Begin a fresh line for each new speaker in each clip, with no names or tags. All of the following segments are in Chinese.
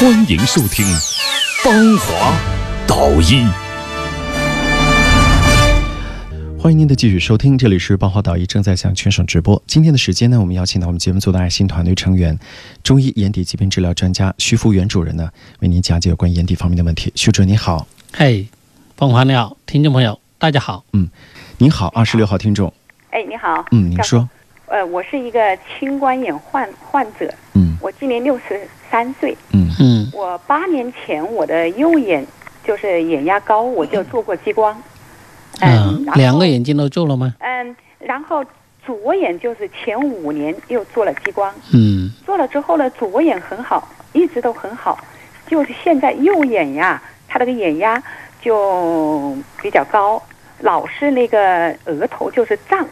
欢迎收听《芳华导医》。
欢迎您的继续收听，这里是《八华导医》正在向全省直播。今天的时间呢，我们邀请到我们节目组的爱心团队成员、中医眼底疾病治疗专家徐福元主任呢，为您讲解有关眼底方面的问题。徐主任您好，
嘿，凤凰你好，听众朋友大家好。
您好，二十六号听众，
哎，你好，
嗯，您
教授，
说，
呃，我是一个青光眼患患者，
嗯
我今年六十三岁，
嗯
嗯
我八年前我的右眼就是眼压高，我就做过激光，
啊
嗯，然，后
两个眼睛都做了吗？
嗯，然后左眼就是前五年又做了激光，
嗯
做了之后呢，左眼很好，一直都很好，就是现在右眼呀，它那个眼压就比较高，老是那个额头就是胀，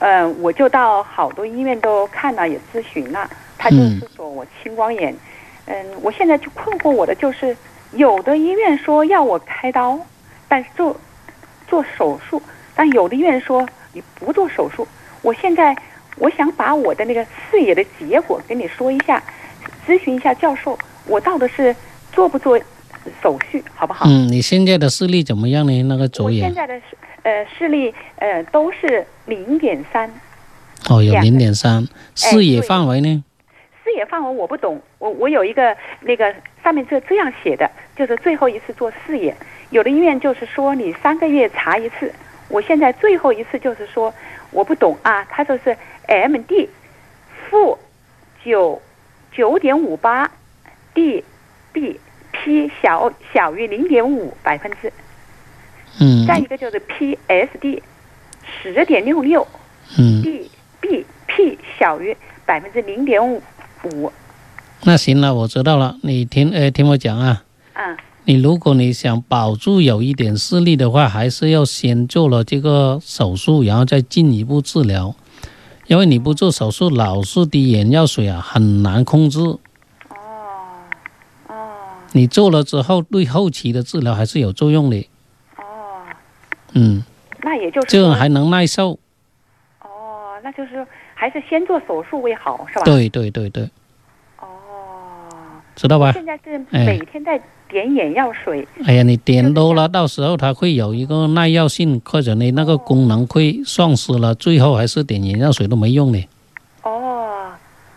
呃，我就到好多医院都看了，也咨询了，他就是说我青光眼，嗯，我现在就困惑我的就是，有的医院说要我开刀，但是做做手术，但有的医院说你不做手术。我现在我想把我的那个视野的结果跟你说一下，咨询一下教授，我到底是做不做手续，好不好？
嗯，你现在的视力怎么样呢？那个左
我现
眼
在的视呃视力呃都是零点三，
哦，有
两个哎
零点三，视野范围呢？
视野范围我不懂，我我有一个那个上面这这样写的，就是最后一次做视野，有的医院就是说你三个月查一次，我现在最后一次就是说我不懂啊，他说是 M D 负九九点五八 D B P 小小于零点五百分之，
嗯
再一个就是 P S D 十点六六
嗯，
D B P 小于百分之零点五五，
那行了，我知道了。你听，呃，听我讲啊。
嗯。
你如果你想保住有一点视力的话，还是要先做了这个手术，然后再进一步治疗。因为你不做手术，老是滴眼药水啊，很难控制。
哦，哦，
你做了之后，对后期的治疗还是有作用的。
哦，
嗯，
那也就是
这
说
样还能耐受。
哦，那就是说还是先做手术为好，是吧？。
对对对对，
哦，
知道吧？
现在是
哎
每天在点眼药水，
哎呀，你点多了，到时候它会有一个耐药性，或者你那个功能会丧失了，最后还是点眼药水都没用的。
哦，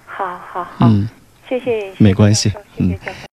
好好好，
嗯。
谢谢，谢谢
没关系嗯
教授谢谢教授。